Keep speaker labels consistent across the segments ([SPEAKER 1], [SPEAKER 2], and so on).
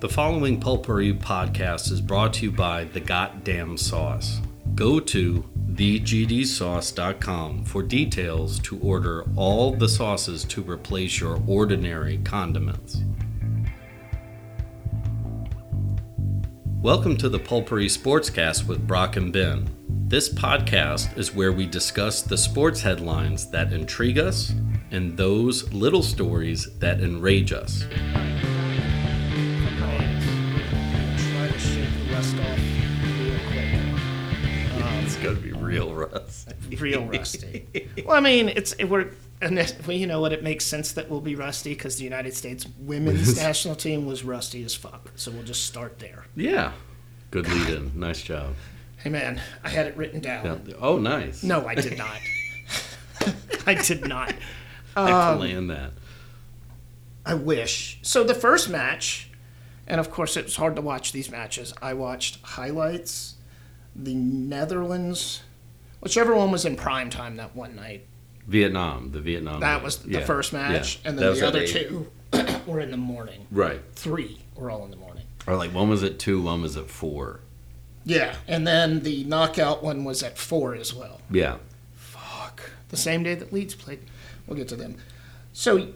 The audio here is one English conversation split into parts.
[SPEAKER 1] The following Pulpery podcast is brought to you by The Goddamn Sauce. Go to thegdsauce.com for details to order all the sauces to replace your ordinary condiments. Welcome to the Pulpery Sportscast with Brock and Ben. This podcast is where we discuss the sports headlines that intrigue us and those little stories that enrage us.
[SPEAKER 2] try to shake the rust off real quick.
[SPEAKER 1] It's going to be real, Russ.
[SPEAKER 2] Real rusty. well, I mean, it's it, we're and this- well, you know what? It makes sense that we'll be rusty because the United States women's national team was rusty as fuck. So we'll just start there.
[SPEAKER 1] Yeah. Good lead in. Nice job.
[SPEAKER 2] Hey man, I had it written down.
[SPEAKER 1] Yeah. Oh, nice.
[SPEAKER 2] No, I did not. I did not.
[SPEAKER 1] I can
[SPEAKER 2] um,
[SPEAKER 1] land that.
[SPEAKER 2] I wish. So the first match, and of course it was hard to watch these matches. I watched highlights. The Netherlands, whichever one was in prime time that one night,
[SPEAKER 1] Vietnam, the Vietnam.
[SPEAKER 2] That was the
[SPEAKER 1] Yeah,
[SPEAKER 2] first match,
[SPEAKER 1] yeah.
[SPEAKER 2] and
[SPEAKER 1] That
[SPEAKER 2] then
[SPEAKER 1] was
[SPEAKER 2] the
[SPEAKER 1] at
[SPEAKER 2] other
[SPEAKER 1] eight.
[SPEAKER 2] two were in the morning.
[SPEAKER 1] Right.
[SPEAKER 2] Three were all in the morning.
[SPEAKER 1] Or like one was at two, one was at four.
[SPEAKER 2] Yeah, and then the knockout one was at four as well.
[SPEAKER 1] Yeah.
[SPEAKER 2] Fuck. The same day that Leeds played. We'll get to them. So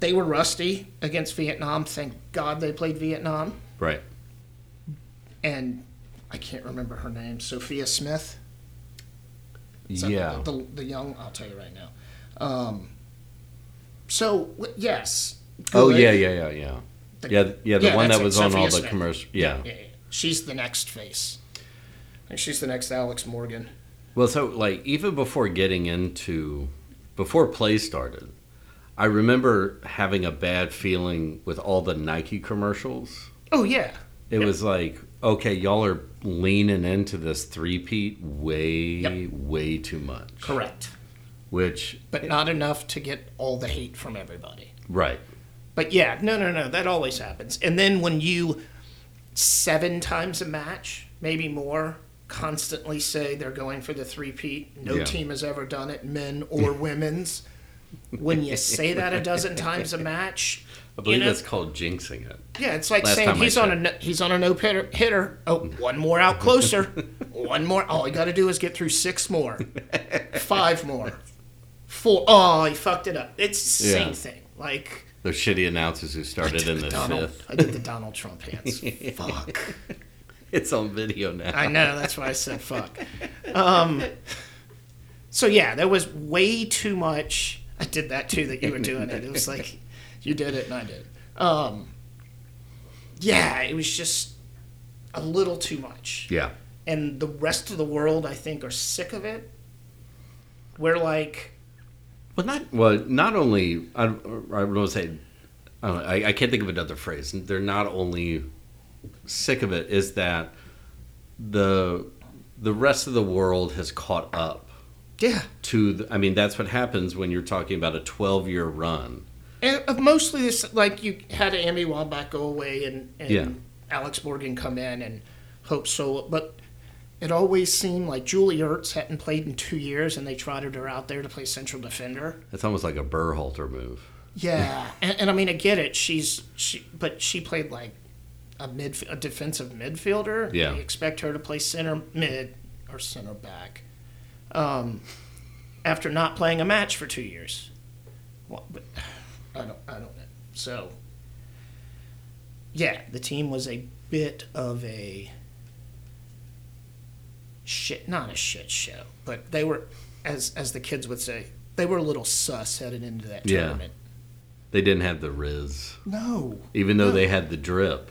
[SPEAKER 2] they were rusty against Vietnam. Thank God they played Vietnam.
[SPEAKER 1] Right.
[SPEAKER 2] And I can't remember her name. Sophia Smith. So
[SPEAKER 1] yeah.
[SPEAKER 2] The, the, the young, I'll tell you right now. Um, so w- yes.
[SPEAKER 1] oh
[SPEAKER 2] good.
[SPEAKER 1] yeah, yeah, yeah, yeah.
[SPEAKER 2] The-
[SPEAKER 1] yeah, th- yeah. The
[SPEAKER 2] yeah,
[SPEAKER 1] one that
[SPEAKER 2] that's it,
[SPEAKER 1] was on all
[SPEAKER 2] Sophia
[SPEAKER 1] the
[SPEAKER 2] Smith.
[SPEAKER 1] commercial. Yeah.
[SPEAKER 2] Yeah, yeah. she's the next face. I think she's the next Alex Morgan.
[SPEAKER 1] Well, so like even before getting into, before play started, I remember having a bad feeling with all the Nike commercials.
[SPEAKER 2] Oh yeah,
[SPEAKER 1] It was like, okay, y'all are leaning into this three-peat way,
[SPEAKER 2] Yep.
[SPEAKER 1] way too much.
[SPEAKER 2] correct.
[SPEAKER 1] Which,
[SPEAKER 2] But not enough to get all the hate from everybody.
[SPEAKER 1] right.
[SPEAKER 2] But yeah, no, no, no, that always happens. And then when you seven times a match, maybe more, constantly say they're going for the three-peat. No
[SPEAKER 1] Yeah.
[SPEAKER 2] team has ever done it, men or women's. when you say that a dozen times a match,
[SPEAKER 1] I believe
[SPEAKER 2] you know,
[SPEAKER 1] that's called jinxing it.
[SPEAKER 2] Yeah, it's like
[SPEAKER 1] Last
[SPEAKER 2] saying
[SPEAKER 1] time I
[SPEAKER 2] he's on a
[SPEAKER 1] checked.
[SPEAKER 2] no- he's on a no hitter. hitter. Oh, one more out closer. one more. All you got to do is get through six more, five more, four. Oh, he fucked it up. It's the
[SPEAKER 1] Yeah.
[SPEAKER 2] same thing. Like
[SPEAKER 1] The shitty announcers who started in the
[SPEAKER 2] Donald,
[SPEAKER 1] fifth.
[SPEAKER 2] I did the Donald Trump hands. Fuck.
[SPEAKER 1] It's on video now.
[SPEAKER 2] I know. That's why I said fuck. Um, so yeah, there was way too much. I did that too. That you were doing it. It was like you did it and I did. it. Um, yeah, it was just a little too much.
[SPEAKER 1] yeah.
[SPEAKER 2] And the rest of the world, I think, are sick of it. We're like,
[SPEAKER 1] Well, not well. Not only I, I would want to say, I, don't know, I, I can't think of another phrase. They're not only sick of it. Is that the the rest of the world has caught up
[SPEAKER 2] yeah,
[SPEAKER 1] to? The, I mean, that's what happens when you're talking about a 12 year run.
[SPEAKER 2] and of mostly this, like you had Amy Wambach go away and, and
[SPEAKER 1] Yeah.
[SPEAKER 2] Alex Morgan come in and Hope so, but it always seemed like Julie Ertz hadn't played in two years and they trotted her out there to play central defender.
[SPEAKER 1] It's almost like a Burhalter move.
[SPEAKER 2] Yeah, and, and I mean I get it. She's she, but she played like a mid a defensive midfielder.
[SPEAKER 1] Yeah.
[SPEAKER 2] you expect her to play center mid or center back. Um, after not playing a match for two years, well, but I don't I don't know. So yeah, the team was a bit of a shit not a shit show, but they were as as the kids would say they were a little sus headed into that
[SPEAKER 1] Yeah.
[SPEAKER 2] tournament.
[SPEAKER 1] They didn't have the Riz,
[SPEAKER 2] No.
[SPEAKER 1] even though they had the drip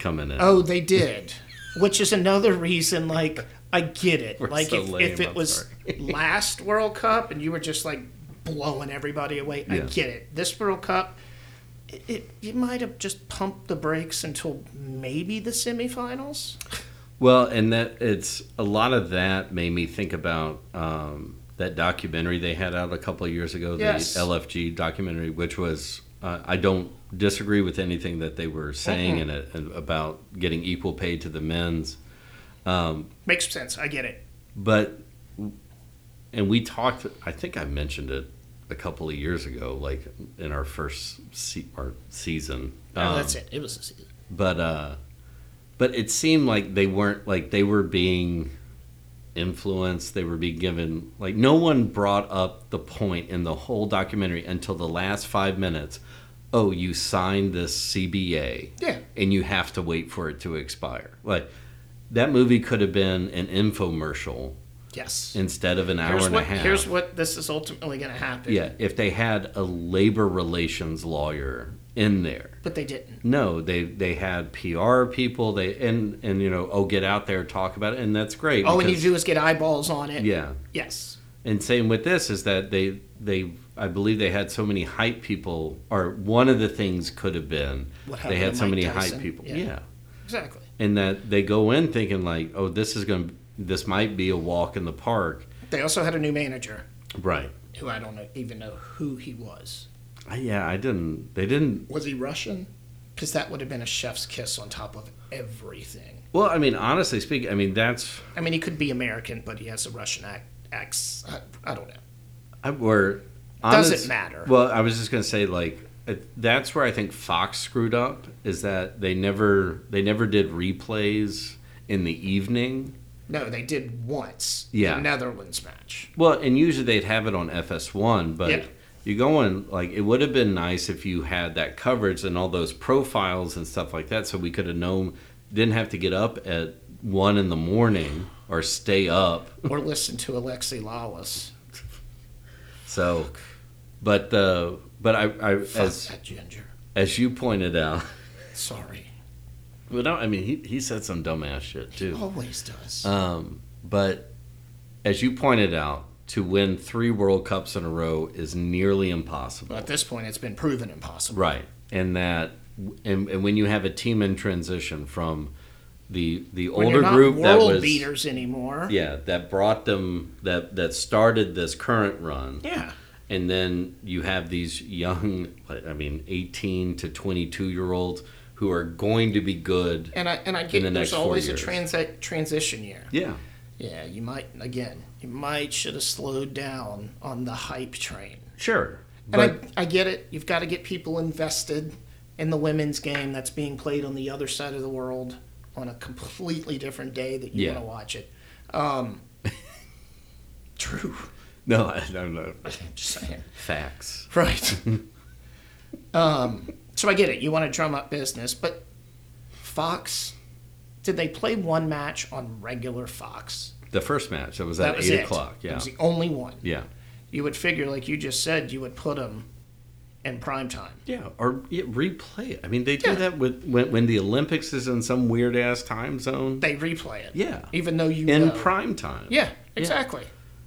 [SPEAKER 1] coming in.
[SPEAKER 2] Oh, they did. Which is another reason, like, I get it.
[SPEAKER 1] We're
[SPEAKER 2] like,
[SPEAKER 1] so
[SPEAKER 2] if,
[SPEAKER 1] lame,
[SPEAKER 2] if it
[SPEAKER 1] I'm
[SPEAKER 2] was last World Cup and you were just, like, blowing everybody away, I
[SPEAKER 1] Yeah.
[SPEAKER 2] get it. This World Cup, it, it, you might have just pumped the brakes until maybe the semifinals.
[SPEAKER 1] Well, and that it's a lot of that made me think about um, that documentary they had out a couple of years ago,
[SPEAKER 2] Yes.
[SPEAKER 1] the LFG documentary, which was uh, I don't disagree with anything that they were saying in it and about getting equal pay to the men's,
[SPEAKER 2] Makes sense. I get it.
[SPEAKER 1] but and we talked. I think I mentioned it a a couple of years ago, like in our first se- our season.
[SPEAKER 2] Oh,
[SPEAKER 1] Um,
[SPEAKER 2] that's it. It was a season.
[SPEAKER 1] but uh but it seemed like they weren't like they were being influenced they were being given like no one brought up the point in the whole documentary until the last five minutes oh you signed this cba
[SPEAKER 2] Yeah.
[SPEAKER 1] and you have to wait for it to expire like that movie could have been an infomercial
[SPEAKER 2] Yes.
[SPEAKER 1] instead of an hour
[SPEAKER 2] Here's
[SPEAKER 1] and
[SPEAKER 2] what,
[SPEAKER 1] a half
[SPEAKER 2] here's what this is ultimately going to happen.
[SPEAKER 1] yeah if they had a labor relations lawyer in there
[SPEAKER 2] But they didn't.
[SPEAKER 1] no they they had pr people they and and you know oh get out there talk about it and that's great
[SPEAKER 2] All we need to
[SPEAKER 1] because-
[SPEAKER 2] Oh, do is get eyeballs on it.
[SPEAKER 1] yeah
[SPEAKER 2] Yes.
[SPEAKER 1] and same with this is that they they i believe they had so many hype people or one of the things could have been
[SPEAKER 2] What
[SPEAKER 1] they
[SPEAKER 2] happened
[SPEAKER 1] had
[SPEAKER 2] to
[SPEAKER 1] so
[SPEAKER 2] Mike
[SPEAKER 1] many
[SPEAKER 2] Tyson?
[SPEAKER 1] hype people
[SPEAKER 2] Yeah.
[SPEAKER 1] yeah.
[SPEAKER 2] Exactly.
[SPEAKER 1] and that they go in thinking like oh this is gonna this might be a walk in the park
[SPEAKER 2] They also had a new manager
[SPEAKER 1] right
[SPEAKER 2] who I don't know, even know who he was.
[SPEAKER 1] I, yeah i didn't they didn't
[SPEAKER 2] Was he Russian? Because that would have been a chef's kiss on top of everything.
[SPEAKER 1] well i mean honestly speaking i mean that's
[SPEAKER 2] I mean, he could be American, but he has a Russian ac- accent. I, I don't know.
[SPEAKER 1] I, or
[SPEAKER 2] Doesn't matter.
[SPEAKER 1] Well, I was just gonna say like it- that's where I think Fox screwed up is that they never they never did replays in the evening.
[SPEAKER 2] No, they did once.
[SPEAKER 1] Yeah.
[SPEAKER 2] The Netherlands match.
[SPEAKER 1] Well, and usually they'd have it on FS1, but
[SPEAKER 2] Yeah.
[SPEAKER 1] you go on like it would have been nice if you had that coverage and all those profiles and stuff like that, so we could have known didn't have to get up at one in the morning or stay up
[SPEAKER 2] Or listen to Alexi Lalas.
[SPEAKER 1] So, but the but I, I
[SPEAKER 2] Fuck
[SPEAKER 1] as
[SPEAKER 2] that ginger.
[SPEAKER 1] as you pointed out.
[SPEAKER 2] Sorry.
[SPEAKER 1] Well, no, I mean he he said some dumbass shit too.
[SPEAKER 2] Always does.
[SPEAKER 1] Um, but as you pointed out, to win three World Cups in a row is nearly impossible.
[SPEAKER 2] But at this point, it's been proven impossible.
[SPEAKER 1] Right, and that and, and when you have a team in transition from the the
[SPEAKER 2] When
[SPEAKER 1] older
[SPEAKER 2] you're not
[SPEAKER 1] group
[SPEAKER 2] world
[SPEAKER 1] that was
[SPEAKER 2] beaters anymore.
[SPEAKER 1] yeah that brought them that that started this current run
[SPEAKER 2] Yeah.
[SPEAKER 1] and then you have these young i mean 18 to 22 year olds who are going to be good
[SPEAKER 2] And I and I get
[SPEAKER 1] the next
[SPEAKER 2] there's
[SPEAKER 1] four
[SPEAKER 2] always a
[SPEAKER 1] years.
[SPEAKER 2] transi- transition year.
[SPEAKER 1] yeah
[SPEAKER 2] Yeah, you might again. You might should have slowed down on the hype train.
[SPEAKER 1] sure
[SPEAKER 2] and I, I get it. You've got to get people invested in the women's game that's being played on the other side of the world on a completely different day that you
[SPEAKER 1] Yeah.
[SPEAKER 2] want to watch it. Um, true.
[SPEAKER 1] no i don't know
[SPEAKER 2] Just saying.
[SPEAKER 1] facts
[SPEAKER 2] Right. um, so I get it. You want to drum up business, but Fox, did they play one match on regular Fox?
[SPEAKER 1] the first match that was
[SPEAKER 2] That
[SPEAKER 1] at
[SPEAKER 2] was
[SPEAKER 1] 8
[SPEAKER 2] it.
[SPEAKER 1] o'clock
[SPEAKER 2] It
[SPEAKER 1] yeah
[SPEAKER 2] was e- the only one.
[SPEAKER 1] yeah
[SPEAKER 2] You would figure, like you just said, you would put them in prime time.
[SPEAKER 1] yeah or yeah, replay it i mean they do
[SPEAKER 2] Yeah.
[SPEAKER 1] that with when, when the olympics is in some weird ass time zone
[SPEAKER 2] They replay it.
[SPEAKER 1] Yeah.
[SPEAKER 2] Even though you
[SPEAKER 1] in
[SPEAKER 2] know.
[SPEAKER 1] prime time
[SPEAKER 2] Yeah, exactly.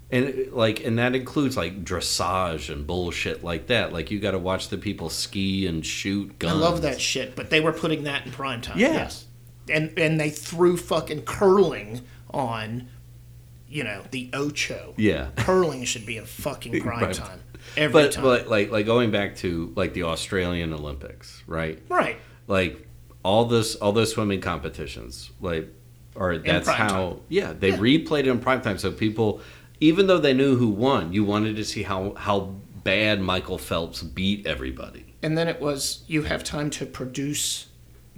[SPEAKER 1] and it- like and that includes like dressage and bullshit like that like you got to watch the people ski and shoot guns
[SPEAKER 2] I love that shit, but they were putting that in prime time.
[SPEAKER 1] Yeah.
[SPEAKER 2] Yes. And and they threw fucking curling on, you know, the Ocho.
[SPEAKER 1] yeah
[SPEAKER 2] Curling should be in fucking prime
[SPEAKER 1] Right.
[SPEAKER 2] time every
[SPEAKER 1] but
[SPEAKER 2] time.
[SPEAKER 1] but like like going back to like the Australian Olympics, right?
[SPEAKER 2] right.
[SPEAKER 1] Like all this all those swimming competitions, like or that's
[SPEAKER 2] prime
[SPEAKER 1] how
[SPEAKER 2] time.
[SPEAKER 1] yeah they replayed it in prime time. So people, even though they knew who won, you wanted to see how how bad Michael Phelps beat everybody.
[SPEAKER 2] And then it was you have time to produce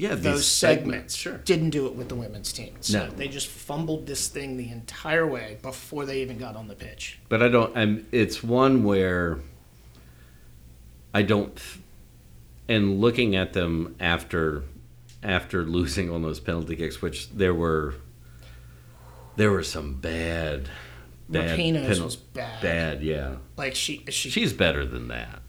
[SPEAKER 1] Yeah, these
[SPEAKER 2] those segments.
[SPEAKER 1] Sure.
[SPEAKER 2] Didn't do it with the women's team. So
[SPEAKER 1] No.
[SPEAKER 2] they just fumbled this thing the entire way before they even got on the pitch.
[SPEAKER 1] but I don't. I'm. It's one where I don't. th- And looking at them after after losing on those penalty kicks, which there were there were some bad bad
[SPEAKER 2] Martinez
[SPEAKER 1] penal-
[SPEAKER 2] was bad.
[SPEAKER 1] Bad, yeah.
[SPEAKER 2] Like she she,
[SPEAKER 1] She's better than that.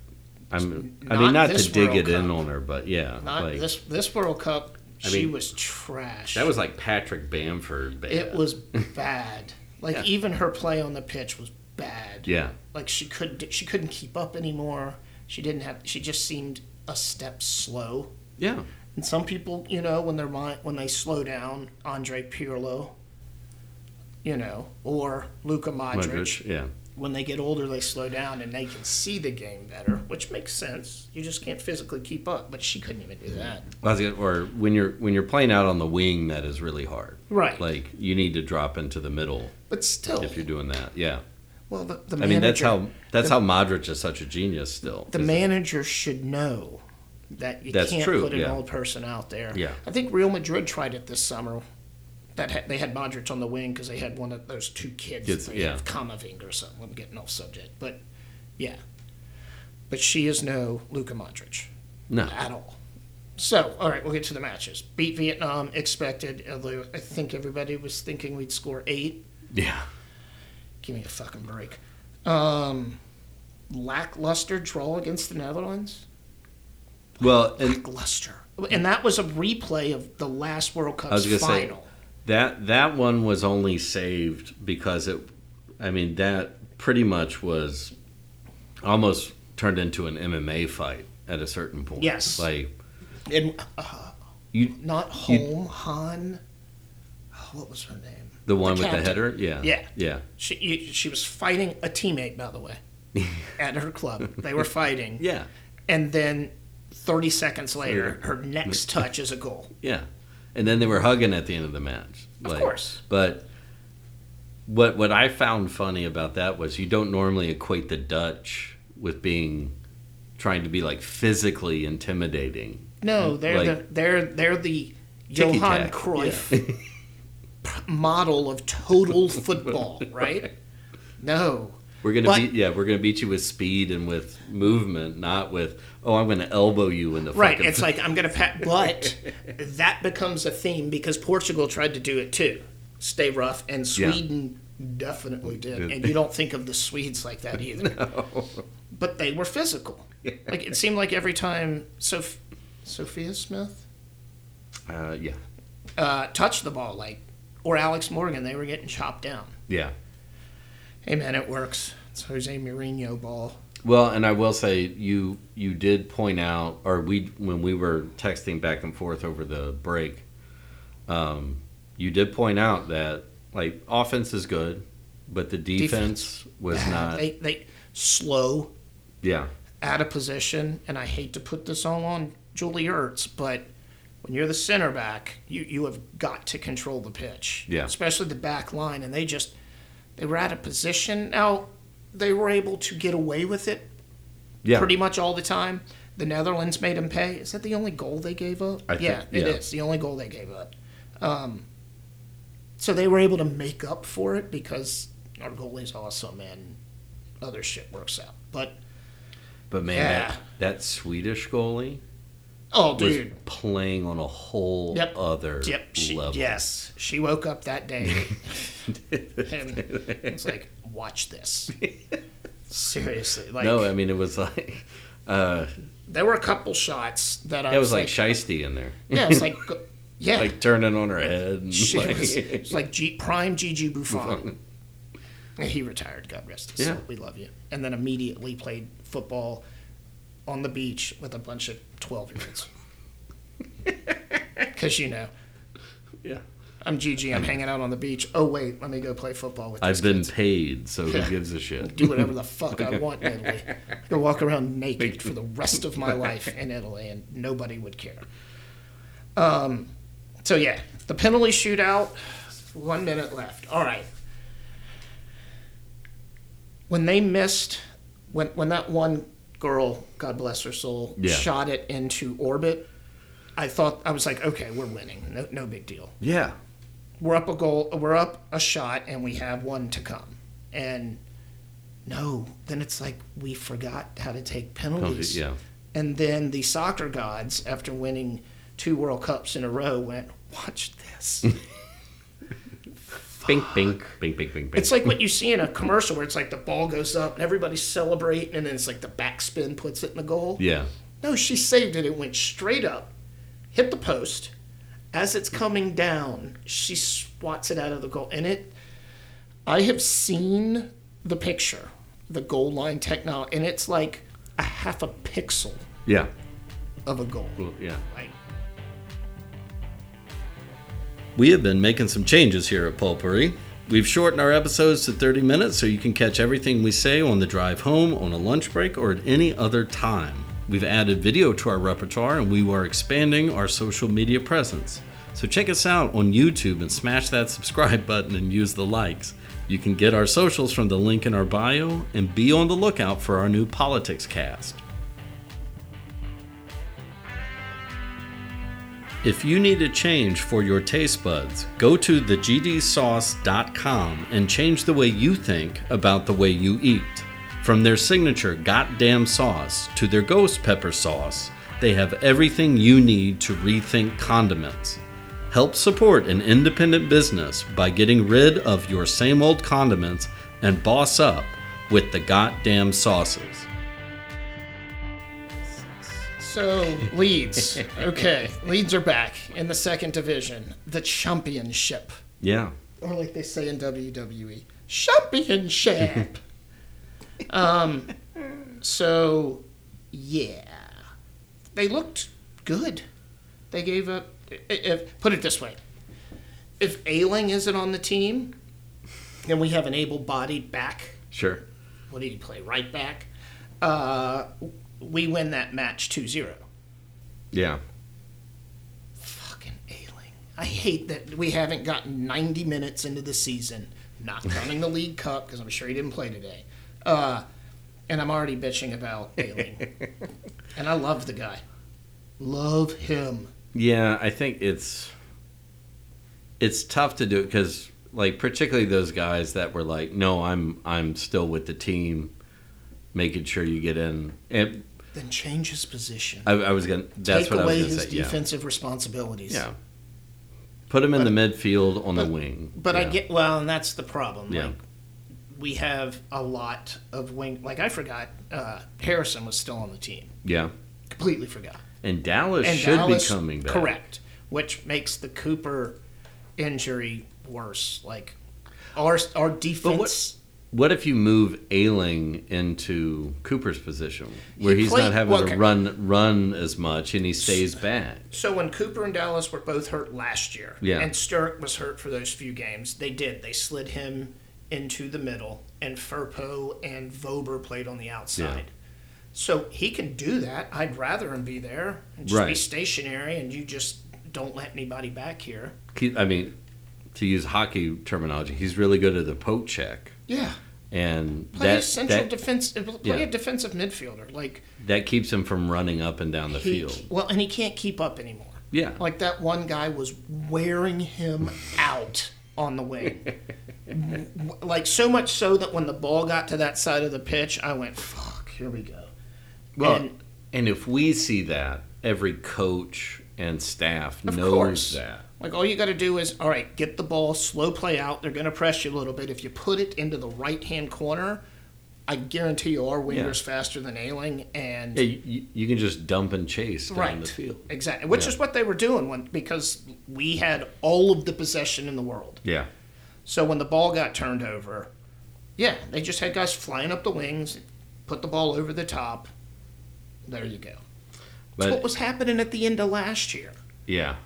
[SPEAKER 1] I'm. I
[SPEAKER 2] Not
[SPEAKER 1] mean, not
[SPEAKER 2] this
[SPEAKER 1] to dig
[SPEAKER 2] World
[SPEAKER 1] it in
[SPEAKER 2] Cup.
[SPEAKER 1] on her, but yeah,
[SPEAKER 2] not
[SPEAKER 1] like
[SPEAKER 2] this this World Cup, she
[SPEAKER 1] mean,
[SPEAKER 2] was trash.
[SPEAKER 1] that was like Patrick Bamford. Bad.
[SPEAKER 2] It was bad. Like
[SPEAKER 1] Yeah.
[SPEAKER 2] even her play on the pitch was bad.
[SPEAKER 1] Yeah.
[SPEAKER 2] Like she could she couldn't keep up anymore. She didn't have she just seemed a step slow.
[SPEAKER 1] Yeah.
[SPEAKER 2] And some people, you know, when they're mind, when they slow down, Andre Pirlo, you know, or Luka Modric,
[SPEAKER 1] Modric, Yeah.
[SPEAKER 2] when they get older they slow down and they can see the game better, which makes sense. You just can't physically keep up, but she couldn't even do that.
[SPEAKER 1] Well, that's good. Or when you're when you're playing out on the wing, that is really hard.
[SPEAKER 2] Right.
[SPEAKER 1] Like you need to drop into the middle
[SPEAKER 2] but still
[SPEAKER 1] if you're doing that. Yeah.
[SPEAKER 2] Well, the, the
[SPEAKER 1] I
[SPEAKER 2] manager.
[SPEAKER 1] mean, that's how that's how Modric is such a genius. Still,
[SPEAKER 2] the
[SPEAKER 1] is-
[SPEAKER 2] manager should know that you
[SPEAKER 1] That's
[SPEAKER 2] can't
[SPEAKER 1] true,
[SPEAKER 2] put an
[SPEAKER 1] yeah.
[SPEAKER 2] old person out there.
[SPEAKER 1] Yeah.
[SPEAKER 2] I think Real Madrid tried it this summer. That ha- they had Modric on the wing because they had one of those two kids.
[SPEAKER 1] Kids,
[SPEAKER 2] they
[SPEAKER 1] yeah.
[SPEAKER 2] have Kamavinga or something. I'm getting off subject, but yeah. But she is no Luka Modric
[SPEAKER 1] No,
[SPEAKER 2] at all. So, all right, we'll get to the matches. Beat Vietnam, expected. Although I think everybody was thinking we'd score eight.
[SPEAKER 1] yeah,
[SPEAKER 2] Give me a fucking break. Um, lackluster draw against the Netherlands.
[SPEAKER 1] well, and
[SPEAKER 2] Lackluster. And that was a replay of the last World Cup's
[SPEAKER 1] I was gonna say-
[SPEAKER 2] final.
[SPEAKER 1] that that one was only saved because it. I mean, that pretty much was almost turned into an MMA fight at a certain point.
[SPEAKER 2] Yes.
[SPEAKER 1] like
[SPEAKER 2] and uh,
[SPEAKER 1] you,
[SPEAKER 2] not home, Han. Oh, What was her name?
[SPEAKER 1] the one with
[SPEAKER 2] captain.
[SPEAKER 1] the header. Yeah,
[SPEAKER 2] Yeah.
[SPEAKER 1] yeah,
[SPEAKER 2] She you- she was fighting a teammate, by the way, at her club. They were fighting.
[SPEAKER 1] yeah,
[SPEAKER 2] And then 30 seconds later, her next touch is a goal.
[SPEAKER 1] yeah. And then they were hugging at the end of the match.
[SPEAKER 2] Of course.
[SPEAKER 1] But what what I found funny about that was you don't normally equate the Dutch with being trying to be like physically intimidating.
[SPEAKER 2] No, they're the
[SPEAKER 1] Like-
[SPEAKER 2] they're they're the
[SPEAKER 1] Ticky
[SPEAKER 2] Johan
[SPEAKER 1] tack,
[SPEAKER 2] Cruyff p- model of total football, right? No.
[SPEAKER 1] We're gonna
[SPEAKER 2] But-
[SPEAKER 1] beat yeah, we're gonna beat you with speed and with movement, not with oh I'm gonna elbow you in the
[SPEAKER 2] Right,
[SPEAKER 1] fucking
[SPEAKER 2] it's like I'm gonna pat, but that becomes a theme because Portugal tried to do it too, stay rough, and
[SPEAKER 1] Yeah.
[SPEAKER 2] Sweden definitely did. And you don't think of the Swedes like that either. But they were physical. Like it seemed like every time Sof- Sophia Smith
[SPEAKER 1] uh, yeah
[SPEAKER 2] uh, touched the ball, like or Alex Morgan, they were getting chopped down.
[SPEAKER 1] yeah.
[SPEAKER 2] Hey man, it works. It's Jose Mourinho ball.
[SPEAKER 1] Well, and I will say you you did point out, or we when we were texting back and forth over the break, um, you did point out that like offense is good, but the defense, was not.
[SPEAKER 2] They they slow
[SPEAKER 1] yeah,
[SPEAKER 2] out of position, and I hate to put this all on Julie Ertz, but when you're the center back, you you have got to control the pitch.
[SPEAKER 1] Yeah.
[SPEAKER 2] Especially the back line, and they just they were out of position. Now they were able to get away with it
[SPEAKER 1] yeah,
[SPEAKER 2] pretty much all the time. The Netherlands made them pay. Is that the only goal they gave up?
[SPEAKER 1] I think-
[SPEAKER 2] yeah, it
[SPEAKER 1] yeah.
[SPEAKER 2] is the only goal they gave up. Um, so they were able to make up for it because our goalie's awesome and other shit works out. But
[SPEAKER 1] But man,
[SPEAKER 2] Yeah.
[SPEAKER 1] that, that Swedish goalie
[SPEAKER 2] oh,
[SPEAKER 1] was
[SPEAKER 2] dude,
[SPEAKER 1] playing on a whole
[SPEAKER 2] Yep.
[SPEAKER 1] other
[SPEAKER 2] yep, she,
[SPEAKER 1] level.
[SPEAKER 2] yes, she woke up that day and it's like, watch this. Seriously, like
[SPEAKER 1] No, I mean it was like uh,
[SPEAKER 2] there were a couple shots that I
[SPEAKER 1] it was like shiesty in there,
[SPEAKER 2] yeah, it's like, go- yeah,
[SPEAKER 1] like turning on her head. And
[SPEAKER 2] She
[SPEAKER 1] like,
[SPEAKER 2] was, it was like G, prime Gigi Buffon. And he retired, God rest his
[SPEAKER 1] Yeah.
[SPEAKER 2] soul. We love you. And then immediately played football on the beach with a bunch of 12 year olds. Because, you know,
[SPEAKER 1] yeah.
[SPEAKER 2] I'm Gigi, I'm hanging out on the beach. Oh, wait, let me go play football with
[SPEAKER 1] I've
[SPEAKER 2] these
[SPEAKER 1] been
[SPEAKER 2] kids.
[SPEAKER 1] paid, so who gives a shit?
[SPEAKER 2] Do whatever the fuck I want in Italy. I could walk around naked for the rest of my life in Italy, and nobody would care. Um, so yeah, the penalty shootout. One minute left. All right. When they missed, when when that one girl, God bless her soul,
[SPEAKER 1] Yeah.
[SPEAKER 2] shot it into orbit, I thought I was like, okay, we're winning. No, no big deal
[SPEAKER 1] Yeah.
[SPEAKER 2] we're up a goal, we're up a shot, and we have one to come. And no, then it's like we forgot how to take penalties.
[SPEAKER 1] yeah.
[SPEAKER 2] And then the soccer gods, after winning two World Cups in a row, went, "Watch this."
[SPEAKER 1] Bink, bink, bink, bink, bink, bink.
[SPEAKER 2] it's like what you see in a commercial where it's like the ball goes up and everybody's celebrating, and then it's like the backspin puts it in the goal.
[SPEAKER 1] Yeah.
[SPEAKER 2] No, she saved it. It went straight up, hit the post. As it's coming down, she swats it out of the goal. And it, I have seen the picture, the goal line technology, and it's like a half a pixel
[SPEAKER 1] Yeah.
[SPEAKER 2] of a goal.
[SPEAKER 1] Well, yeah.
[SPEAKER 2] Like,
[SPEAKER 1] We have been making some changes here at Pulpery. We've shortened our episodes to 30 minutes so you can catch everything we say on the drive home, on a lunch break, or at any other time. We've added video to our repertoire and we are expanding our social media presence. So check us out on YouTube and smash that subscribe button and use the likes. You can get our socials from the link in our bio and be on the lookout for our new politics cast. If you need a change for your taste buds, go to thegdsauce.com and change the way you think about the way you eat. From their signature goddamn sauce to their ghost pepper sauce, they have everything you need to rethink condiments. Help support an independent business by getting rid of your same old condiments and boss up with the goddamn sauces.
[SPEAKER 2] So Leeds, okay, Leeds are back in the second division, the championship,
[SPEAKER 1] Yeah.
[SPEAKER 2] or like they say in E, WWE, championship. um, so yeah, they looked good. They gave up. i- If put it this way, if Ailing isn't on the team, then we have an able-bodied back
[SPEAKER 1] Sure.
[SPEAKER 2] what did he play right back uh, we win that match 2-0
[SPEAKER 1] Yeah.
[SPEAKER 2] fucking ailing i hate that we haven't gotten 90 minutes into the season not counting the league cup because i'm sure he didn't play today uh, and i'm already bitching about ailing and i love the guy love him
[SPEAKER 1] Yeah, I think it's it's tough to do it because like particularly those guys that were like, no, I'm I'm still with the team, making sure you get in. And
[SPEAKER 2] then change his position
[SPEAKER 1] I, I was gonna. Uh, That's
[SPEAKER 2] take
[SPEAKER 1] what I was
[SPEAKER 2] away
[SPEAKER 1] gonna
[SPEAKER 2] his
[SPEAKER 1] say.
[SPEAKER 2] defensive responsibilities
[SPEAKER 1] Yeah. Yeah. Put him in the midfield on the wing.
[SPEAKER 2] But I
[SPEAKER 1] Yeah.
[SPEAKER 2] get well, and that's the problem.
[SPEAKER 1] Yeah.
[SPEAKER 2] Like we have a lot of wing. Like I forgot, uh, Harrison was still on the team.
[SPEAKER 1] yeah.
[SPEAKER 2] Completely forgot.
[SPEAKER 1] And Dallas should be coming back.
[SPEAKER 2] correct, which makes the Cooper injury worse. Like our our defense.
[SPEAKER 1] What if you move Ailing into Cooper's position, where he's
[SPEAKER 2] played-
[SPEAKER 1] not having
[SPEAKER 2] well,
[SPEAKER 1] to
[SPEAKER 2] okay.
[SPEAKER 1] run run as much, and he stays back?
[SPEAKER 2] So when Cooper and Dallas were both hurt last year,
[SPEAKER 1] Yeah.
[SPEAKER 2] and Sturck was hurt for those few games, they did. They slid him into the middle, and Furpo and Vober played on the outside. So he can do that. I'd rather him be there and just be
[SPEAKER 1] Right.
[SPEAKER 2] stationary, and you just don't let anybody back here.
[SPEAKER 1] He- I mean, to use hockey terminology, he's really good at the poke check,
[SPEAKER 2] Yeah,
[SPEAKER 1] and
[SPEAKER 2] play a
[SPEAKER 1] that
[SPEAKER 2] central
[SPEAKER 1] that,
[SPEAKER 2] defense. Play
[SPEAKER 1] yeah.
[SPEAKER 2] a defensive midfielder. Like
[SPEAKER 1] that keeps him from running up and down the
[SPEAKER 2] he,
[SPEAKER 1] field.
[SPEAKER 2] well, and he can't keep up anymore.
[SPEAKER 1] Yeah,
[SPEAKER 2] Like that one guy was wearing him out on the wing. W- like so much so that when the ball got to that side of the pitch, I went, "Fuck, here we go."
[SPEAKER 1] Well, and,
[SPEAKER 2] And-
[SPEAKER 1] if we see that, every coach and staff
[SPEAKER 2] Of
[SPEAKER 1] knows
[SPEAKER 2] course.
[SPEAKER 1] that.
[SPEAKER 2] Like all you got to do is, all right, get the ball, slow play out. They're going to press you a little bit. If you put it into the right-hand corner, I guarantee you our winger's faster than Ailing and
[SPEAKER 1] Yeah, you- you, you can just dump and chase down
[SPEAKER 2] right
[SPEAKER 1] the field.
[SPEAKER 2] exactly, which is what they were doing when because we had all of the possession in the world.
[SPEAKER 1] Yeah,
[SPEAKER 2] So when the ball got turned over, yeah, they just had guys flying up the wings, put the ball over the top. There you go. That's what
[SPEAKER 1] but
[SPEAKER 2] was happening at the end of last year.
[SPEAKER 1] yeah.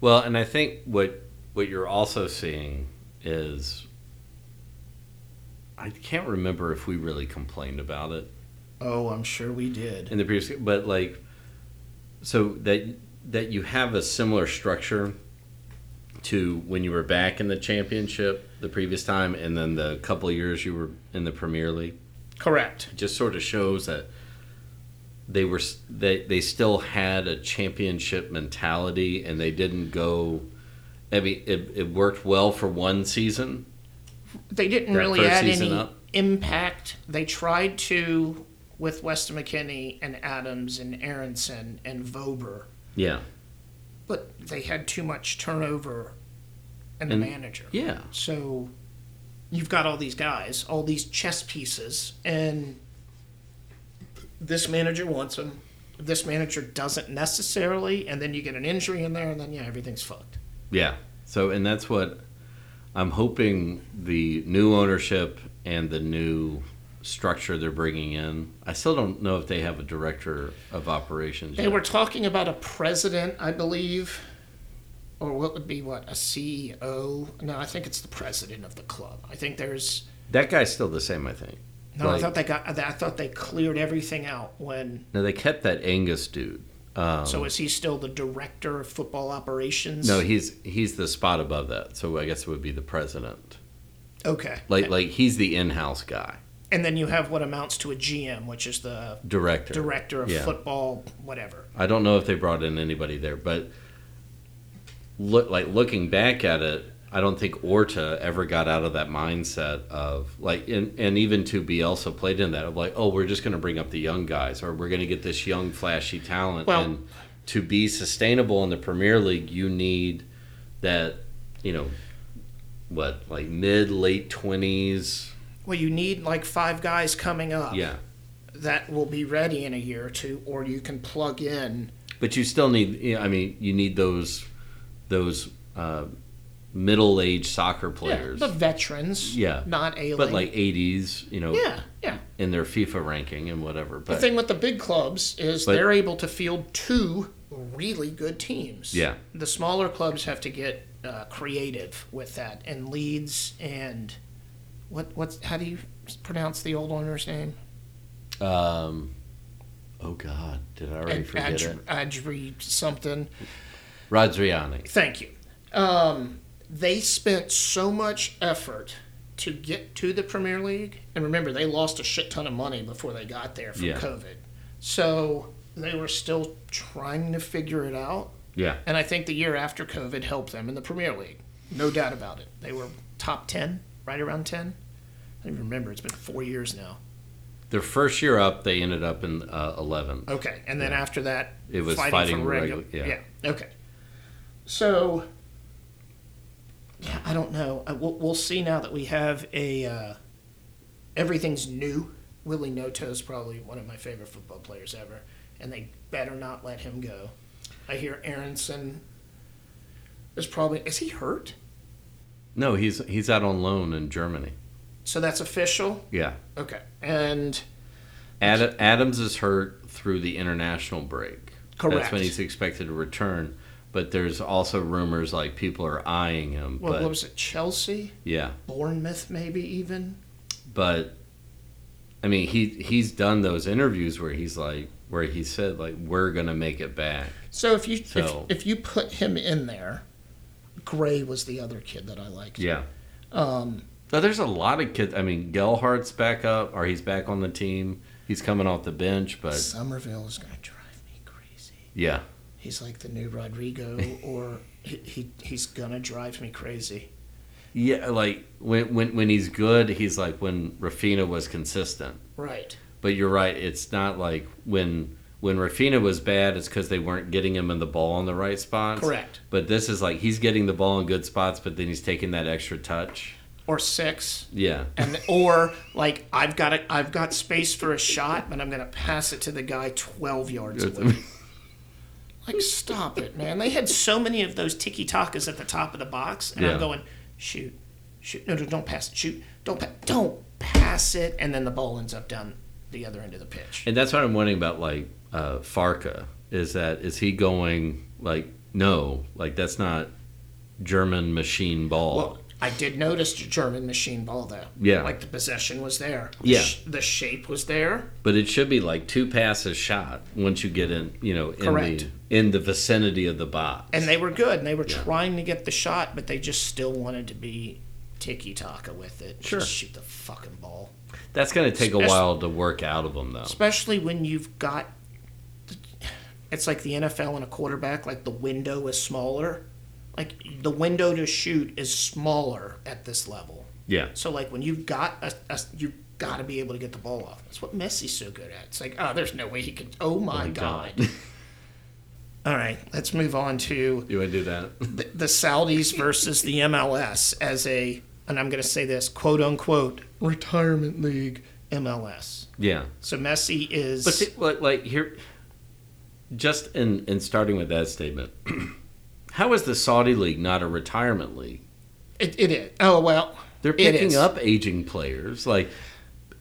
[SPEAKER 1] Well, and I think what what you're also seeing is I can't remember if we really complained about it.
[SPEAKER 2] Oh, I'm sure we did.
[SPEAKER 1] in the previous but like so that that you have a similar structure to when you were back in the championship the previous time and then the couple of years you were in the premier league
[SPEAKER 2] Correct.
[SPEAKER 1] it just sort of shows that they were s- they they still had a championship mentality and they didn't go I mean, it, it worked well for one season.
[SPEAKER 2] They didn't
[SPEAKER 1] That
[SPEAKER 2] really
[SPEAKER 1] first
[SPEAKER 2] add
[SPEAKER 1] season
[SPEAKER 2] any
[SPEAKER 1] up.
[SPEAKER 2] impact. They tried to with Weston McKinney and Adams and Aronson and Vober,
[SPEAKER 1] Yeah.
[SPEAKER 2] but they had too much turnover in the
[SPEAKER 1] And-
[SPEAKER 2] manager.
[SPEAKER 1] Yeah.
[SPEAKER 2] So you've got all these guys, all these chess pieces, and this manager wants them. This manager doesn't necessarily, and then you get an injury in there, and then yeah, everything's fucked.
[SPEAKER 1] Yeah. So, and that's what I'm hoping the new ownership and the new structure they're bringing in. I still don't know if they have a director of operations.
[SPEAKER 2] They
[SPEAKER 1] yet.
[SPEAKER 2] were talking about a president, I believe, or what would be what a CEO. No, I think it's the president of the club. I think there's
[SPEAKER 1] that guy's still the same, I think.
[SPEAKER 2] no. I
[SPEAKER 1] Like-
[SPEAKER 2] thought they got. I thought they cleared everything out when.
[SPEAKER 1] No, they kept that Angus dude. Um,
[SPEAKER 2] so is he still the director of football operations?
[SPEAKER 1] no, he's he's the spot above that. So I guess it would be the president.
[SPEAKER 2] Okay.
[SPEAKER 1] Like like he's the in-house guy,
[SPEAKER 2] And then you have what amounts to a GM, which is the
[SPEAKER 1] director.
[SPEAKER 2] director of
[SPEAKER 1] Yeah.
[SPEAKER 2] football, whatever.
[SPEAKER 1] I don't know if they brought in anybody there, but look like looking back at it, I don't think Orta ever got out of that mindset of like, and, and even to be also played in that of like, oh, we're just going to bring up the young guys, or we're going to get this young flashy talent.
[SPEAKER 2] Well-
[SPEAKER 1] and to be sustainable in the Premier League, you need that, you know, what like mid late twenties.
[SPEAKER 2] Well, you need like five guys coming up
[SPEAKER 1] Yeah,
[SPEAKER 2] that will be ready in a year or two, or you can plug in.
[SPEAKER 1] but you still need you know, i mean you need those those uh, middle-aged soccer players
[SPEAKER 2] the veterans.
[SPEAKER 1] Yeah.
[SPEAKER 2] Not ailing.
[SPEAKER 1] but like 80s you know
[SPEAKER 2] yeah, yeah.
[SPEAKER 1] in their fifa ranking and whatever
[SPEAKER 2] The
[SPEAKER 1] but
[SPEAKER 2] thing with the big clubs is
[SPEAKER 1] But-
[SPEAKER 2] they're able to field two really good teams.
[SPEAKER 1] Yeah.
[SPEAKER 2] The smaller clubs have to get uh, creative with that. And Leeds and what what's how do you pronounce the old owner's name?
[SPEAKER 1] um oh god did i already
[SPEAKER 2] Ad-
[SPEAKER 1] forget
[SPEAKER 2] Adri-
[SPEAKER 1] it
[SPEAKER 2] Adri something.
[SPEAKER 1] rodriani
[SPEAKER 2] Thank you. Um, they spent so much effort to get to the Premier League, and remember they lost a shit ton of money before they got there from
[SPEAKER 1] Yeah.
[SPEAKER 2] COVID. So they were still trying to figure it out.
[SPEAKER 1] yeah
[SPEAKER 2] And I think the year after COVID helped them in the Premier League. No doubt about it. They were top 10, right around 10. I don't even remember. It's been four years now.
[SPEAKER 1] their first year up they ended up in uh, 11
[SPEAKER 2] Okay. And then after that,
[SPEAKER 1] It was fighting regu- yeah.
[SPEAKER 2] yeah. Okay. So, yeah, I don't know. I, we'll, we'll see now that we have a. Uh, everything's new. Willie Noto is probably one of my favorite football players ever, and they better not let him go. I hear Aronson is probably. Is he hurt?
[SPEAKER 1] no he's he's out on loan in germany
[SPEAKER 2] So that's official?
[SPEAKER 1] yeah
[SPEAKER 2] Okay. And
[SPEAKER 1] Ad, adams is hurt through the international break that's
[SPEAKER 2] Correct.
[SPEAKER 1] when he's expected to return but there's also rumors like people are eyeing him
[SPEAKER 2] what,
[SPEAKER 1] but
[SPEAKER 2] what was it? Chelsea?
[SPEAKER 1] yeah
[SPEAKER 2] Bournemouth, maybe even?
[SPEAKER 1] but I mean, he he's done those interviews where he's like, where he said like, we're gonna make it back.
[SPEAKER 2] So if you
[SPEAKER 1] So-
[SPEAKER 2] if, if you put him in there, Gray was the other kid that I liked.
[SPEAKER 1] Yeah. Um. Now there's a lot of kids. I mean, Gelhart's back up, or he's back on the team. He's coming off the bench, but
[SPEAKER 2] Somerville is going to drive me crazy.
[SPEAKER 1] yeah,
[SPEAKER 2] He's like the new Rodrigo, or he, he he's going to drive me crazy.
[SPEAKER 1] yeah. Like when when when he's good, he's like when Rafina was consistent.
[SPEAKER 2] Right.
[SPEAKER 1] But you're right. It's not like when when Rafina was bad, it's because they weren't getting him in the ball in the right spots.
[SPEAKER 2] Correct.
[SPEAKER 1] But this is like he's getting the ball in good spots, but then he's taking that extra touch.
[SPEAKER 2] Or six.
[SPEAKER 1] Yeah.
[SPEAKER 2] And or like I've got a, I've got space for a shot, but I'm going to pass it to the guy 12 yards away. Like, stop it, man. They had so many of those tiki takas at the top of the box, and
[SPEAKER 1] Yeah.
[SPEAKER 2] I'm going, shoot, shoot, no, no, don't pass it, shoot, don't, pa- don't pass it, and then the ball ends up down the other end of the pitch.
[SPEAKER 1] and that's what I'm wondering about like uh Farka is that is he going like no, like that's not German machine ball.
[SPEAKER 2] Well, I did notice the German machine ball though.
[SPEAKER 1] Yeah.
[SPEAKER 2] like the possession was there.
[SPEAKER 1] Yeah.
[SPEAKER 2] the, sh- the shape was there.
[SPEAKER 1] but it should be like two passes shot once you get in, you know, in
[SPEAKER 2] Correct.
[SPEAKER 1] the in the vicinity of the box.
[SPEAKER 2] and they were good and they were trying to get the shot but they just still wanted to be tiki taka with it
[SPEAKER 1] Sure.
[SPEAKER 2] just shoot the fucking ball
[SPEAKER 1] that's going to take a
[SPEAKER 2] Espec-
[SPEAKER 1] while to work out of them though.
[SPEAKER 2] especially when you've got it's like the NFL and a quarterback like the window is smaller like the window to shoot is smaller at this level
[SPEAKER 1] Yeah.
[SPEAKER 2] so like when you've got a, a you've got to be able to get the ball off that's what Messi's so good at it's like oh there's no way he could oh my god. all right let's move on to
[SPEAKER 1] You want to do that?
[SPEAKER 2] the, the Saudis versus the MLS as a, and I'm going to say this, quote unquote, retirement league MLS.
[SPEAKER 1] Yeah.
[SPEAKER 2] So Messi is.
[SPEAKER 1] But see, like, like here, just in in starting with that statement, how is the Saudi league not a retirement league?
[SPEAKER 2] it, it is. Oh, well.
[SPEAKER 1] They're
[SPEAKER 2] it
[SPEAKER 1] picking
[SPEAKER 2] is.
[SPEAKER 1] up aging players. Like,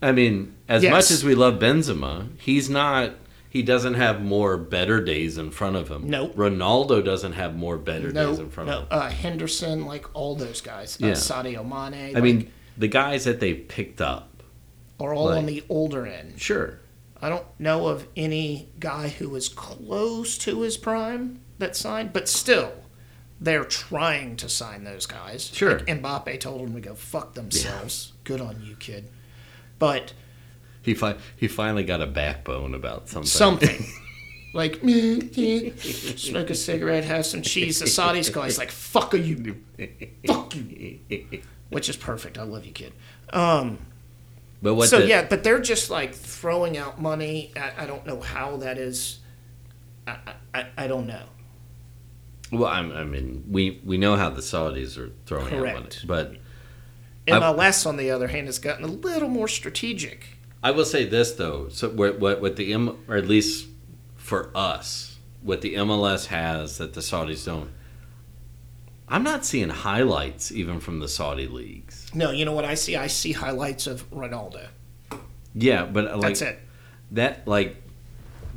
[SPEAKER 1] I mean, as
[SPEAKER 2] Yes.
[SPEAKER 1] much as we love Benzema, he's not. He doesn't have more better days in front of him.
[SPEAKER 2] Nope.
[SPEAKER 1] Ronaldo doesn't have more better
[SPEAKER 2] No,
[SPEAKER 1] days in front
[SPEAKER 2] no.
[SPEAKER 1] of him.
[SPEAKER 2] Uh, Henderson, like all those guys.
[SPEAKER 1] Yeah.
[SPEAKER 2] Uh, Sadio Mane.
[SPEAKER 1] I mean, the guys that they picked up,
[SPEAKER 2] are all on
[SPEAKER 1] like-
[SPEAKER 2] the older end.
[SPEAKER 1] sure.
[SPEAKER 2] I don't know of any guy who was close to his prime that signed, but still, they're trying to sign those guys.
[SPEAKER 1] Sure.
[SPEAKER 2] Like Mbappe told them to go fuck themselves. Good on you, kid. But
[SPEAKER 1] He fi- he finally got a backbone about something.
[SPEAKER 2] something. like, "Mm, smoke a cigarette, have some cheese. The Saudi's guy is like, fuck are you. Fuck you. Which is perfect. I love you, kid.
[SPEAKER 1] But what?
[SPEAKER 2] so,
[SPEAKER 1] the-
[SPEAKER 2] yeah, but they're just like throwing out money. I, I don't know how that is. I, I, I- I don't know.
[SPEAKER 1] Well, I'm, I mean, we we know how the Saudis are throwing out money,
[SPEAKER 2] Correct.
[SPEAKER 1] but I've-
[SPEAKER 2] MLS, on the other hand, has gotten a little more strategic.
[SPEAKER 1] I will say this though. So what what what the M or at least for us, what the MLS has that the Saudis don't. I'm not seeing highlights even from the Saudi leagues.
[SPEAKER 2] No, you know what I see? I see highlights of Ronaldo.
[SPEAKER 1] Yeah, but uh, like
[SPEAKER 2] That's it.
[SPEAKER 1] that like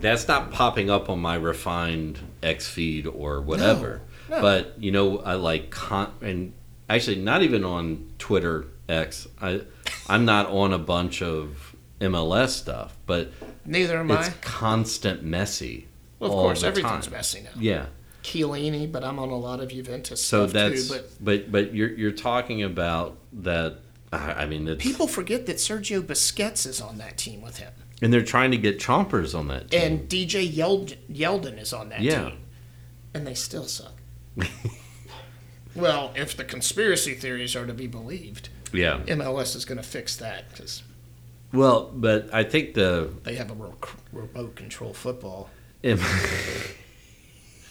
[SPEAKER 1] that's not popping up on my refined X feed or whatever.
[SPEAKER 2] No, no.
[SPEAKER 1] But you know, I like con- and actually not even on Twitter X. I I'm not on a bunch of MLS stuff, but
[SPEAKER 2] Neither am
[SPEAKER 1] it's
[SPEAKER 2] I.
[SPEAKER 1] constant messy.
[SPEAKER 2] Well, of
[SPEAKER 1] all
[SPEAKER 2] course,
[SPEAKER 1] the
[SPEAKER 2] everything's
[SPEAKER 1] time.
[SPEAKER 2] messy now.
[SPEAKER 1] Yeah.
[SPEAKER 2] Chiellini, but I'm on a lot of Juventus
[SPEAKER 1] So
[SPEAKER 2] stuff
[SPEAKER 1] that's
[SPEAKER 2] too. But
[SPEAKER 1] but, but you're you're talking about that. I I mean, it's,
[SPEAKER 2] people forget that Sergio Busquets is on that team with him,
[SPEAKER 1] and they're trying to get chompers on that. Team.
[SPEAKER 2] and DJ Yeld- Yeldon is on that
[SPEAKER 1] Yeah.
[SPEAKER 2] team, and they still suck. well, if the conspiracy theories are to be believed,
[SPEAKER 1] yeah.
[SPEAKER 2] MLS is going to fix that because
[SPEAKER 1] Well, but I think the
[SPEAKER 2] they have a real c- remote control football.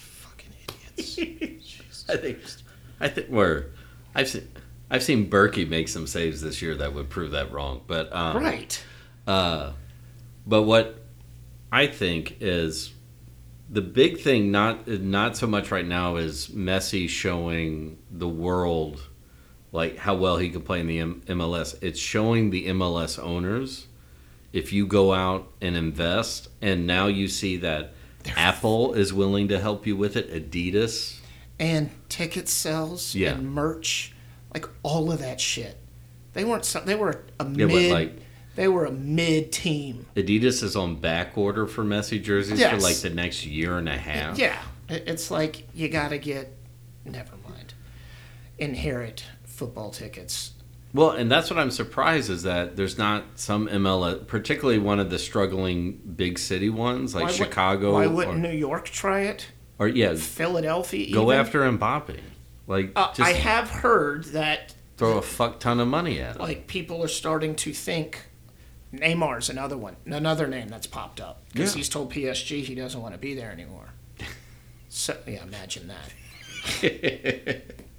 [SPEAKER 2] Fucking idiots.
[SPEAKER 1] I think I think we're I've seen I've seen Berkey make some saves this year that would prove that wrong. But um,
[SPEAKER 2] right.
[SPEAKER 1] But what I think is the big thing not not so much right now is Messi showing the world like how well he could play in the M- MLS. It's showing the MLS owners if you go out and invest and now you see that Apple is willing to help you with it, Adidas.
[SPEAKER 2] and ticket sales
[SPEAKER 1] Yeah.
[SPEAKER 2] and merch, like all of that shit. They weren't some. They were a
[SPEAKER 1] but,
[SPEAKER 2] mid.
[SPEAKER 1] like-
[SPEAKER 2] they were a mid team.
[SPEAKER 1] Adidas is on back order for Messi jerseys for
[SPEAKER 2] Yes.
[SPEAKER 1] like the next year and a half.
[SPEAKER 2] Yeah, It- it's like you gotta get. Never mind. Inherit football tickets.
[SPEAKER 1] Well, and that's what I'm surprised is that there's not some MLS, particularly one of the struggling big city ones like
[SPEAKER 2] Why would-
[SPEAKER 1] Chicago.
[SPEAKER 2] Why wouldn't
[SPEAKER 1] or,
[SPEAKER 2] New York try it?
[SPEAKER 1] or yeah,
[SPEAKER 2] Philadelphia.
[SPEAKER 1] go
[SPEAKER 2] even?
[SPEAKER 1] after Mbappe. Like
[SPEAKER 2] Uh,
[SPEAKER 1] just
[SPEAKER 2] I have heard that
[SPEAKER 1] throw a fuck ton of money at it.
[SPEAKER 2] like people are starting to think Neymar's another one, another name that's popped up because
[SPEAKER 1] Yeah.
[SPEAKER 2] he's told PSG he doesn't want to be there anymore. so yeah, imagine that.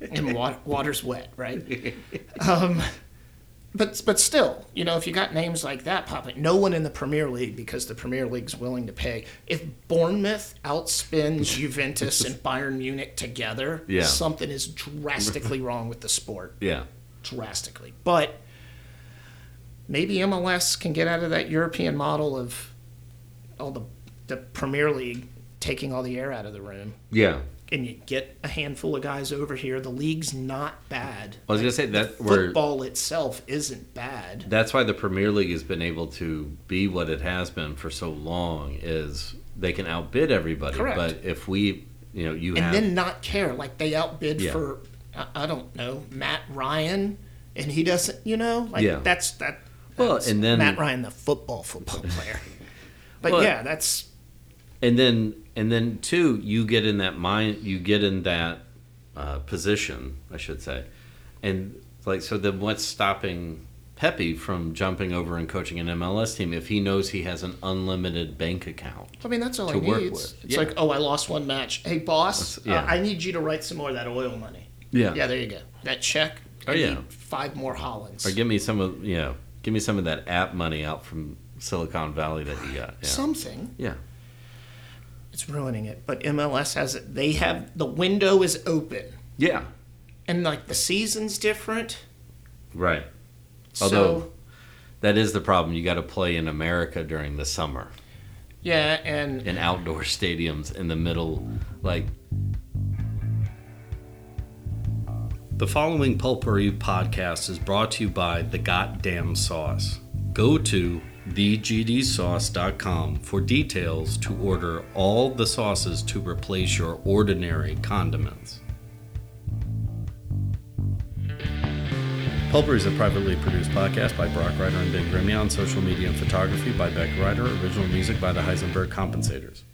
[SPEAKER 2] and water, water's wet, right? Um, but but still, you know, if you got names like that popping, no one in the Premier League because the Premier League's willing to pay. If Bournemouth outspins Juventus and Bayern Munich together,
[SPEAKER 1] Yeah.
[SPEAKER 2] something is drastically wrong with the sport
[SPEAKER 1] Yeah.
[SPEAKER 2] drastically. But maybe MLS can get out of that European model of all the the Premier League taking all the air out of the room,
[SPEAKER 1] Yeah.
[SPEAKER 2] and you get a handful of guys over here. The league's not bad.
[SPEAKER 1] I was gonna say that where
[SPEAKER 2] Football itself isn't bad.
[SPEAKER 1] that's why the Premier League has been able to be what it has been for so long is they can outbid everybody.
[SPEAKER 2] Correct.
[SPEAKER 1] But if we, you know, you
[SPEAKER 2] and
[SPEAKER 1] have
[SPEAKER 2] then not care. Like they outbid
[SPEAKER 1] Yeah.
[SPEAKER 2] for I, I don't know Matt Ryan, and he doesn't. You know, like
[SPEAKER 1] Yeah.
[SPEAKER 2] that's that.
[SPEAKER 1] Well,
[SPEAKER 2] that's
[SPEAKER 1] and then-
[SPEAKER 2] Matt Ryan, the football football player. But
[SPEAKER 1] Well-
[SPEAKER 2] yeah, that's
[SPEAKER 1] and then and then two you get in that mind you get in that uh, position i should say and like so then what's stopping pepe from jumping over and coaching an mls team if he knows he has an unlimited bank account
[SPEAKER 2] I mean, that's all
[SPEAKER 1] to
[SPEAKER 2] I
[SPEAKER 1] work
[SPEAKER 2] need.
[SPEAKER 1] with.
[SPEAKER 2] It's
[SPEAKER 1] Yeah.
[SPEAKER 2] like, oh, I lost one match. Hey, boss,
[SPEAKER 1] That's- yeah.
[SPEAKER 2] uh, I need you to write some more of that oil money.
[SPEAKER 1] yeah
[SPEAKER 2] Yeah, there you go. That check.
[SPEAKER 1] Oh,
[SPEAKER 2] I
[SPEAKER 1] yeah.
[SPEAKER 2] need Five more Hollands.
[SPEAKER 1] or give me some of you know give me some of that app money out from silicon valley that he got yeah
[SPEAKER 2] Something.
[SPEAKER 1] yeah
[SPEAKER 2] It's ruining it. But MLS has it. They have the window is open,
[SPEAKER 1] yeah
[SPEAKER 2] and like the season's different.
[SPEAKER 1] right
[SPEAKER 2] so,
[SPEAKER 1] Although- that is the problem you got to play in america during the summer
[SPEAKER 2] yeah, and
[SPEAKER 1] in outdoor stadiums in the middle, like. The following Pulpery podcast is brought to you by The Goddamn Sauce. Go to thegdsauce.com for details to order all the sauces to replace your ordinary condiments. Pulper is a privately produced podcast by Brock Ryder and Ben Grimmie on social media and photography by Beck Ryder, original music by the Heisenberg Compensators.